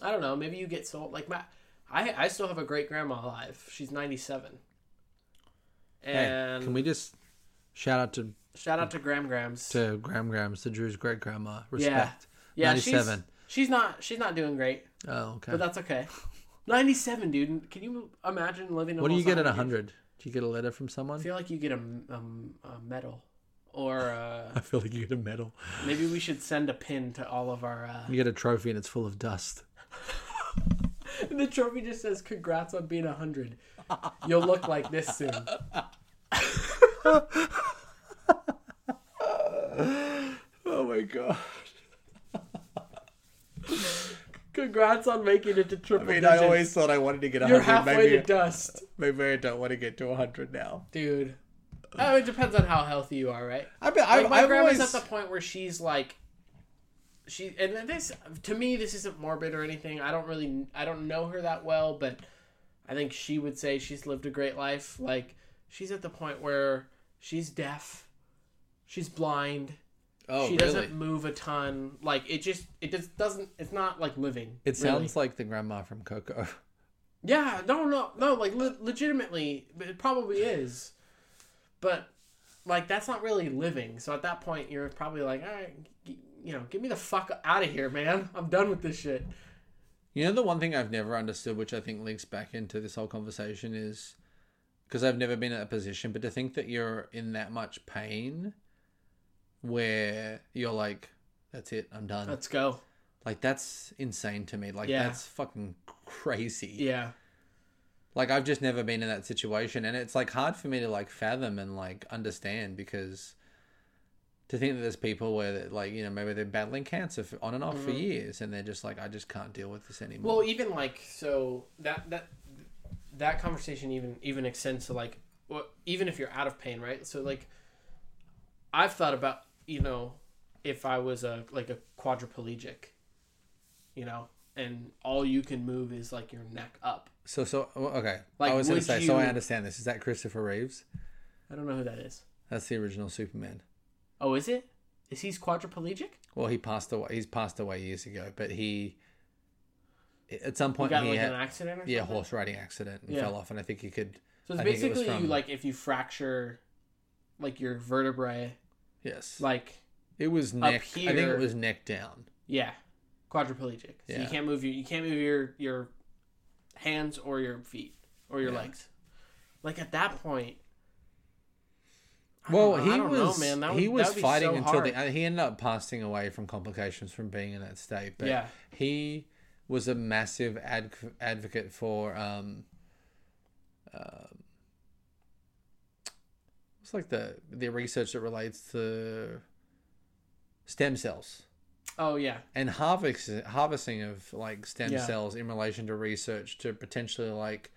Speaker 3: I don't know. Maybe you get so like my, I I still have a great grandma alive. She's ninety seven.
Speaker 2: hey,
Speaker 3: And
Speaker 2: can we just shout out to
Speaker 3: shout out to Graham Grams.
Speaker 2: to Gram Grams, to Drew's great grandma.
Speaker 3: Yeah.
Speaker 2: Respect.
Speaker 3: yeah, she's
Speaker 2: 97.
Speaker 3: she's not she's not doing great,
Speaker 2: Oh, okay.
Speaker 3: but that's okay. Ninety seven, dude. Can you imagine living?
Speaker 2: what do you
Speaker 3: almost
Speaker 2: get at
Speaker 3: 100 years?
Speaker 2: 100? Do you get a letter from someone?
Speaker 3: I feel like you get a, um, a medal, or uh,
Speaker 2: I feel like you get a medal.
Speaker 3: maybe we should send a pin to all of our. Uh...
Speaker 2: You get a trophy and it's full of dust.
Speaker 3: The trophy just says, "Congrats on being hundred. You'll look like this soon."
Speaker 2: Oh my god.
Speaker 3: Congrats on making it to triple
Speaker 2: I mean, I
Speaker 3: digits.
Speaker 2: always thought I wanted to get
Speaker 3: You're
Speaker 2: 100.
Speaker 3: halfway
Speaker 2: Maybe,
Speaker 3: to dust,
Speaker 2: maybe I don't want to get to 100 now.
Speaker 3: dude. Oh, it depends on how healthy you are, right?
Speaker 2: I mean, I,
Speaker 3: Like my
Speaker 2: I've
Speaker 3: grandma's
Speaker 2: always...
Speaker 3: at the point where she's like, she and then this to me this isn't morbid or anything. I don't really I don't know her that well, but I think she would say she's lived a great life. Like she's at the point where she's deaf, she's blind,
Speaker 2: Oh,
Speaker 3: she
Speaker 2: really?
Speaker 3: doesn't move a ton. Like it just it just doesn't. It's not like living.
Speaker 2: It
Speaker 3: really.
Speaker 2: sounds like the grandma from Coco.
Speaker 3: Yeah, no, no, no. Like le- legitimately, it probably is, but like that's not really living. So at that point, you're probably like, all right, g- you know, get me the fuck out of here, man. I'm done with this shit.
Speaker 2: You know, the one thing I've never understood, which I think links back into this whole conversation, is because I've never been in that position, but to think that you're in that much pain where you're like, that's it, I'm done.
Speaker 3: Let's go.
Speaker 2: like, that's insane to me. Like,
Speaker 3: Yeah.
Speaker 2: that's fucking crazy.
Speaker 3: Yeah,
Speaker 2: Like, I've just never been in that situation. And it's like hard for me to like fathom and like understand because to think that there's people where, that, like, you know, maybe they're battling cancer for, on and off for years and they're just like, I just can't deal with this anymore.
Speaker 3: Mm-hmm. Well, even like so that that that conversation even even extends to like well, even if you're out of pain, right? So like I've thought about you know if I was a like a quadriplegic, you know, and all you can move is like your neck up.
Speaker 2: So so well, okay.
Speaker 3: Like,
Speaker 2: I was going
Speaker 3: would
Speaker 2: to say. So I
Speaker 3: you-
Speaker 2: understand this. Is that Christopher Reeves?
Speaker 3: I don't know who that is.
Speaker 2: That's the original Superman.
Speaker 3: Oh, is it? Is he's quadriplegic?
Speaker 2: Well, he passed away. He's passed away years ago. But he, at some
Speaker 3: He
Speaker 2: point,
Speaker 3: got
Speaker 2: he
Speaker 3: like
Speaker 2: had
Speaker 3: an accident or
Speaker 2: yeah
Speaker 3: something?
Speaker 2: horse riding accident and
Speaker 3: Yeah.
Speaker 2: fell off. And I think he could.
Speaker 3: So it's
Speaker 2: I think it was
Speaker 3: basically you
Speaker 2: from-
Speaker 3: like if you fracture like your vertebrae,
Speaker 2: Yes,
Speaker 3: like
Speaker 2: it was neck. I think
Speaker 3: here-
Speaker 2: it was neck down.
Speaker 3: Yeah, quadriplegic. So you
Speaker 2: Yeah.
Speaker 3: can't move your you can't move your your hands or your feet or your
Speaker 2: Yeah.
Speaker 3: legs. Like at that point, I
Speaker 2: Well,
Speaker 3: don't know- I
Speaker 2: he
Speaker 3: don't know,
Speaker 2: was
Speaker 3: man. That would-
Speaker 2: he
Speaker 3: that
Speaker 2: was
Speaker 3: would be
Speaker 2: fighting
Speaker 3: so
Speaker 2: until the,
Speaker 3: hard.
Speaker 2: uh, he ended up passing away from complications from being in that state. But
Speaker 3: Yeah.
Speaker 2: he was a massive adv- advocate for um, um, it's like the the research that relates to stem cells
Speaker 3: oh yeah,
Speaker 2: and harvest, harvesting of like stem
Speaker 3: Yeah.
Speaker 2: cells in relation to research to potentially like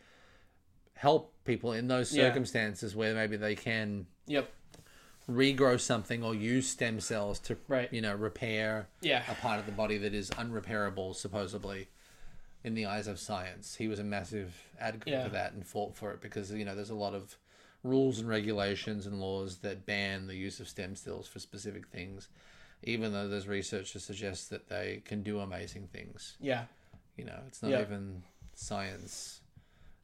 Speaker 2: help people in those
Speaker 3: Yeah.
Speaker 2: circumstances where maybe they can
Speaker 3: yep,
Speaker 2: regrow something or use stem cells to
Speaker 3: Right.
Speaker 2: you know repair
Speaker 3: yeah,
Speaker 2: a part of the body that is unrepairable supposedly in the eyes of science. He was a massive advocate
Speaker 3: Yeah.
Speaker 2: for that and fought for it because you know there's a lot of rules and regulations and laws that ban the use of stem cells for specific things, even though there's research that suggests that they can do amazing things.
Speaker 3: Yeah.
Speaker 2: You know, it's not
Speaker 3: Yeah.
Speaker 2: even science;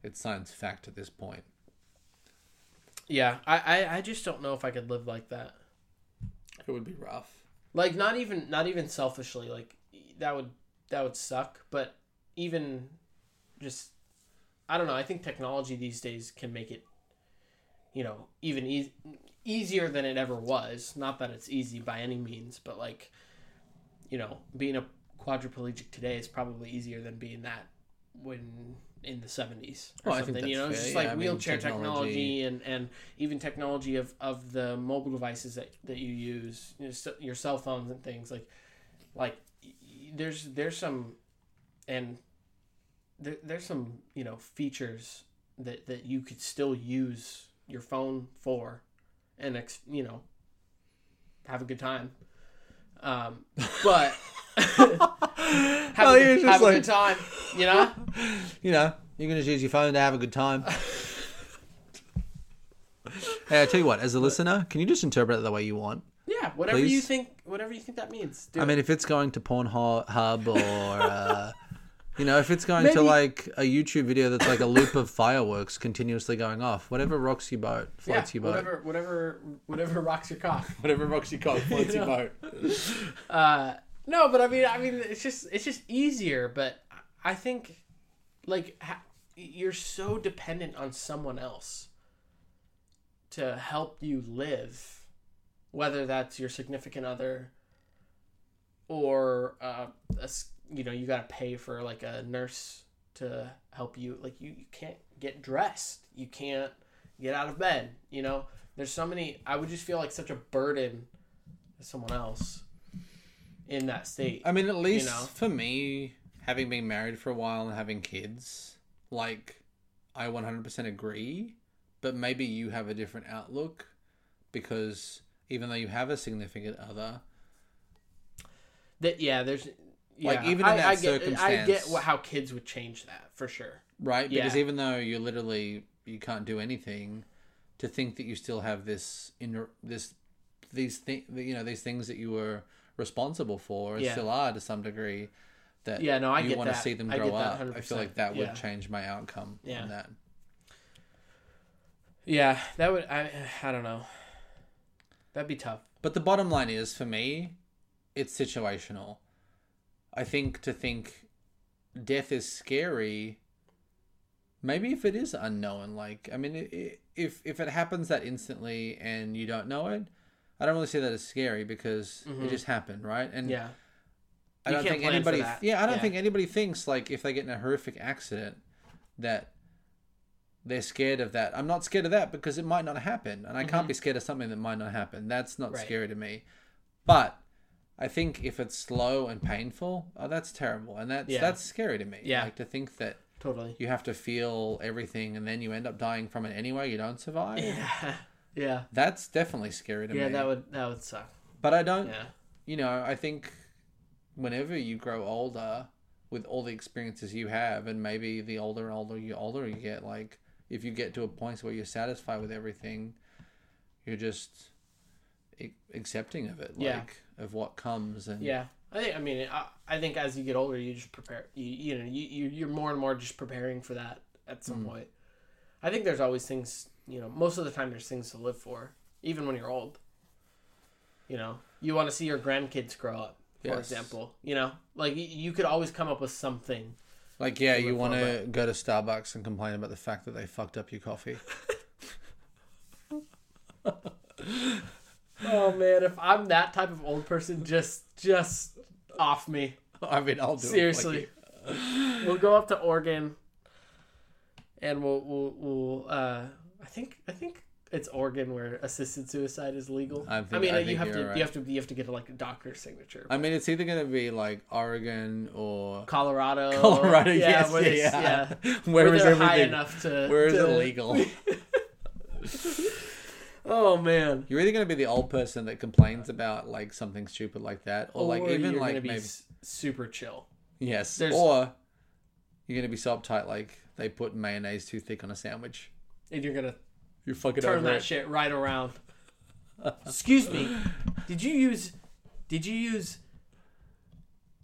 Speaker 2: it's science fact at this point.
Speaker 3: Yeah. I, I, I just don't know if I could live like that.
Speaker 2: It would be rough.
Speaker 3: Like not even not even selfishly, like that would that would suck, but even just I don't know, I think technology these days can make it you know, even eas easier than it ever was. Not that it's easy by any means, but like you know, being a quadriplegic today is probably easier than being that when in the 70s or
Speaker 2: Well, Oh, I think
Speaker 3: something you
Speaker 2: that's
Speaker 3: know it's
Speaker 2: fair.
Speaker 3: just
Speaker 2: Yeah,
Speaker 3: like
Speaker 2: I mean,
Speaker 3: wheelchair
Speaker 2: technology-
Speaker 3: technology, and and even technology of of the mobile devices that that you use you know, s- your cell phones and things like like y- y- there's there's some and there, there's some you know features that that you could still use your phone for and ex, you know have a good time um but have,
Speaker 2: Oh,
Speaker 3: a,
Speaker 2: you're
Speaker 3: good,
Speaker 2: just
Speaker 3: have a
Speaker 2: like-
Speaker 3: good time you know
Speaker 2: You know, you can just use your phone to have a good time. hey, I tell you what, as a listener, can you just interpret it the way you want?
Speaker 3: yeah whatever you
Speaker 2: Please.
Speaker 3: think whatever you think that means do
Speaker 2: I
Speaker 3: it.
Speaker 2: mean, if it's going to Pornhub or, uh, you know, if it's going to
Speaker 3: Maybe-
Speaker 2: like a YouTube video that's like a loop of fireworks continuously going off, whatever rocks your boat
Speaker 3: yeah,
Speaker 2: floats your boat.
Speaker 3: whatever whatever whatever rocks your cock
Speaker 2: whatever rocks your boat floats your boat.
Speaker 3: Uh, no, but I mean, I mean, it's just it's just easier. But I- I think, like, ha- you're so dependent on someone else to help you live, whether that's your significant other or uh, a s you know, you gotta pay for like a nurse to help you. Like, you, you can't get dressed. You can't get out of bed. You know, there's so many. I would just feel like such a burden to someone else in that state.
Speaker 2: I mean, at least
Speaker 3: know?
Speaker 2: for me, having been married for a while and having kids, like, I 100% agree, but maybe you have a different outlook because even though you have a significant other,
Speaker 3: That yeah, there's yeah.
Speaker 2: Like, even in that
Speaker 3: I get
Speaker 2: circumstance-
Speaker 3: what, how kids would change that for sure.
Speaker 2: right? Because
Speaker 3: Yeah.
Speaker 2: even though you literally you can't do anything, to think that you still have this inner this these thing you know these things that you were responsible for and
Speaker 3: Yeah.
Speaker 2: still are to some degree. That
Speaker 3: Yeah, no, I
Speaker 2: you
Speaker 3: get
Speaker 2: wanna
Speaker 3: that.
Speaker 2: see them
Speaker 3: I
Speaker 2: grow
Speaker 3: get that
Speaker 2: up. I feel
Speaker 3: 100%.
Speaker 2: like that would
Speaker 3: Yeah.
Speaker 2: change my outcome
Speaker 3: Yeah.
Speaker 2: on that.
Speaker 3: Yeah, that would I I don't know. That'd be tough.
Speaker 2: But the bottom line is for me, it's situational. I think to think death is scary. Maybe if it is unknown, like I mean, i- i- if if it happens that instantly and you don't know it, I don't really see that as scary because it just happened, right? And
Speaker 3: Yeah.
Speaker 2: I
Speaker 3: You
Speaker 2: don't
Speaker 3: can't
Speaker 2: think
Speaker 3: plan for
Speaker 2: anybody.
Speaker 3: that.
Speaker 2: Yeah, I don't
Speaker 3: Yeah.
Speaker 2: think anybody thinks like if they get in a horrific accident that they're scared of that. I'm not scared of that because it might not happen, and I can't be scared of something that might not happen. That's not
Speaker 3: Mm-hmm. Right.
Speaker 2: scary to me. But I think if it's slow and painful, oh, that's terrible, and that's
Speaker 3: Yeah.
Speaker 2: that's scary to me.
Speaker 3: Yeah.
Speaker 2: like to think that
Speaker 3: Totally.
Speaker 2: you have to feel everything and then you end up dying from it anyway. You don't survive.
Speaker 3: Yeah. Yeah.
Speaker 2: That's definitely scary to
Speaker 3: Yeah,
Speaker 2: me.
Speaker 3: that would that would suck.
Speaker 2: But I don't
Speaker 3: Yeah.
Speaker 2: you know, I think whenever you grow older, with all the experiences you have, and maybe the older and older you older you get, like if you get to a point where you're satisfied with everything, you're just ac- accepting of it, like
Speaker 3: Yeah.
Speaker 2: of what comes, and
Speaker 3: Yeah. I think I mean I, I think as you get older you just prepare you you know you, you you're more and more just preparing for that at some point. I think there's always things, you know, most of the time there's things to live for even when you're old. You know, you want to see your grandkids grow up, for
Speaker 2: Yes.
Speaker 3: example. You know, like y- you could always come up with something.
Speaker 2: like yeah, you
Speaker 3: look
Speaker 2: want to go to Starbucks and complain about the fact that they fucked up your coffee.
Speaker 3: Oh man, if I'm that type of old person, just just off me.
Speaker 2: I mean, I'll do it for
Speaker 3: Seriously.
Speaker 2: you.
Speaker 3: we'll go up to Oregon and we'll we'll, we'll uh, I think I think it's Oregon where assisted suicide is legal.
Speaker 2: I
Speaker 3: I,
Speaker 2: think-
Speaker 3: mean uh,
Speaker 2: I
Speaker 3: you
Speaker 2: think
Speaker 3: have to
Speaker 2: you're right.
Speaker 3: you have to you have to get like a doctor's signature.
Speaker 2: I mean, it's either gonna be like Oregon or
Speaker 3: Colorado.
Speaker 2: Colorado. yes,
Speaker 3: where
Speaker 2: yeah,
Speaker 3: they-
Speaker 2: yeah.
Speaker 3: yeah.
Speaker 2: Where
Speaker 3: Where
Speaker 2: is
Speaker 3: they're high
Speaker 2: everything?
Speaker 3: enough to
Speaker 2: Where is
Speaker 3: to,
Speaker 2: it legal?
Speaker 3: Oh man.
Speaker 2: You're either going to be the old person that complains about like something stupid like that, or, like even
Speaker 3: you're
Speaker 2: like
Speaker 3: gonna be
Speaker 2: maybe
Speaker 3: s- super chill.
Speaker 2: yes,
Speaker 3: there's-
Speaker 2: or You're gonna be so uptight, like they put mayonnaise too thick on a sandwich.
Speaker 3: and you're gonna
Speaker 2: You fucking
Speaker 3: turn
Speaker 2: over
Speaker 3: that
Speaker 2: it.
Speaker 3: shit right around. Excuse me. Did you use did you use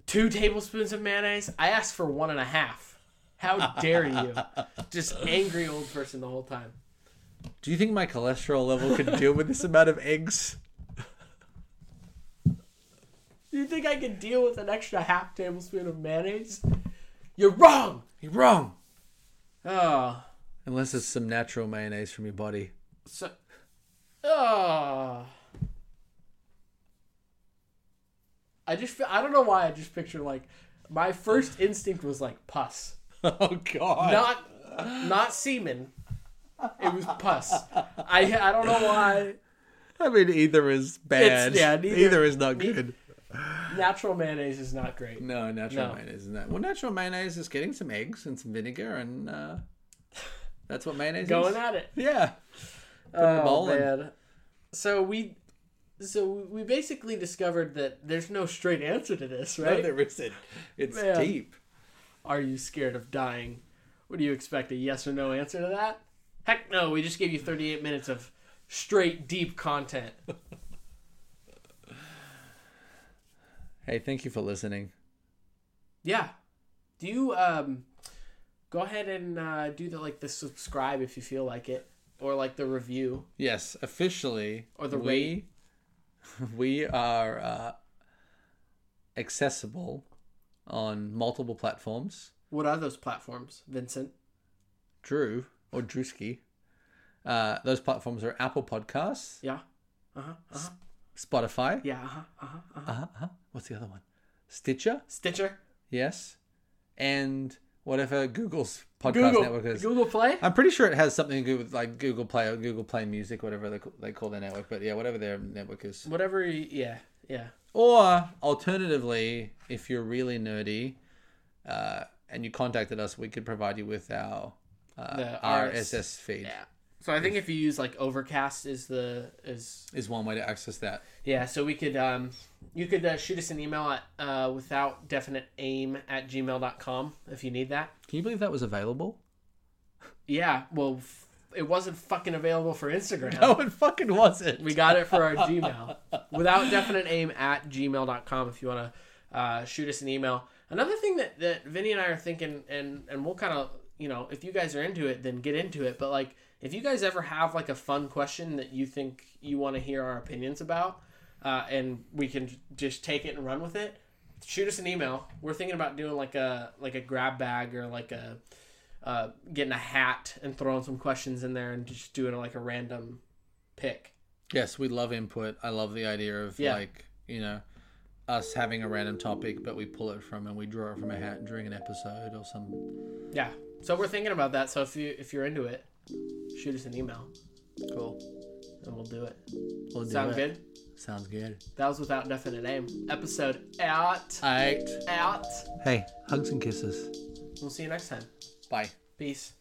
Speaker 3: two tablespoons of mayonnaise? I asked for one and a half. How dare you? Just angry old person the whole time.
Speaker 2: Do you think my cholesterol level can deal with this amount of eggs?
Speaker 3: You think I could deal with an extra half tablespoon of mayonnaise? You're wrong.
Speaker 2: You're wrong.
Speaker 3: Oh,
Speaker 2: Unless it's some natural mayonnaise from your body.
Speaker 3: so oh. I just fe- I don't know why I just picture like my first instinct was like pus.
Speaker 2: Oh god.
Speaker 3: not not semen. It was pus. I I don't know why
Speaker 2: I mean, either is bad.
Speaker 3: yeah, neither-
Speaker 2: either is not
Speaker 3: ne-
Speaker 2: good.
Speaker 3: natural mayonnaise is not great.
Speaker 2: No, natural
Speaker 3: No.
Speaker 2: mayonnaise isn't that. Well, natural mayonnaise is getting some eggs and some vinegar, and uh, that's what mayonnaise is.
Speaker 3: Going at it.
Speaker 2: Yeah. the
Speaker 3: Oh
Speaker 2: bowl in.
Speaker 3: man. So we so we basically discovered that there's no straight answer to this,
Speaker 2: No,
Speaker 3: right?
Speaker 2: there isn't. It's
Speaker 3: Man.
Speaker 2: deep.
Speaker 3: Are you scared of dying? What do you expect a yes or no answer to that? Heck no, we just gave you 38 minutes of straight deep content.
Speaker 2: Hey, thank you for listening.
Speaker 3: Yeah. Do you um go ahead and uh, do the like the subscribe if you feel like it or like the review.
Speaker 2: Yes, officially,
Speaker 3: Or the
Speaker 2: we we are uh, accessible on multiple platforms.
Speaker 3: What are those platforms, Vincent?
Speaker 2: Drew or Drewski. Uh, those platforms are Apple Podcasts,
Speaker 3: Yeah. Uh-huh. Uh-huh.
Speaker 2: Spotify.
Speaker 3: Yeah, uh-huh. Uh-huh. uh-huh.
Speaker 2: Uh-huh, uh-huh. What's the other one? Stitcher.
Speaker 3: Stitcher.
Speaker 2: Yes. And whatever Google's podcast
Speaker 3: Google.
Speaker 2: network is.
Speaker 3: Google Play?
Speaker 2: I'm pretty sure it has something to do with like Google Play or Google Play Music, whatever they, they call their network. But yeah, whatever their network is.
Speaker 3: Whatever, you- yeah. Yeah.
Speaker 2: Or alternatively, if you're really nerdy uh, and you contacted us, we could provide you with our uh,
Speaker 3: The RS
Speaker 2: RSS feed.
Speaker 3: Yeah. So I think if you use like Overcast is the is
Speaker 2: Is one way to access that.
Speaker 3: yeah, so we could um you could uh, shoot us an email at uh without definite aim at gmail.com if you need that.
Speaker 2: Can you believe that was available?
Speaker 3: Yeah, well f- it wasn't fucking available for Instagram.
Speaker 2: No, it fucking wasn't.
Speaker 3: We got it for our Gmail. Without definite aim at gmail.com if you want to uh, shoot us an email. Another thing that, that Vinny and I are thinking, and, and we'll kind of, you know, if you guys are into it, then get into it. But like, if you guys ever have like a fun question that you think you want to hear our opinions about, uh, and we can j- just take it and run with it, shoot us an email. We're thinking about doing like a like a grab bag or like a uh, getting a hat and throwing some questions in there and just doing like a random pick.
Speaker 2: Yes, we love input. I love the idea of
Speaker 3: Yeah.
Speaker 2: like, you know, us having a random topic, but we pull it from and we draw it from a hat during an episode or some
Speaker 3: Yeah. So we're thinking about that. So if you if you're into it, shoot us an email
Speaker 2: cool.
Speaker 3: and we'll do it.
Speaker 2: We'll do
Speaker 3: Sound
Speaker 2: it.
Speaker 3: good?
Speaker 2: Sounds good.
Speaker 3: That was without definite name. Episode out.
Speaker 2: All right.
Speaker 3: Out.
Speaker 2: Hey, hugs and kisses.
Speaker 3: We'll see you next time.
Speaker 2: Bye.
Speaker 3: Peace.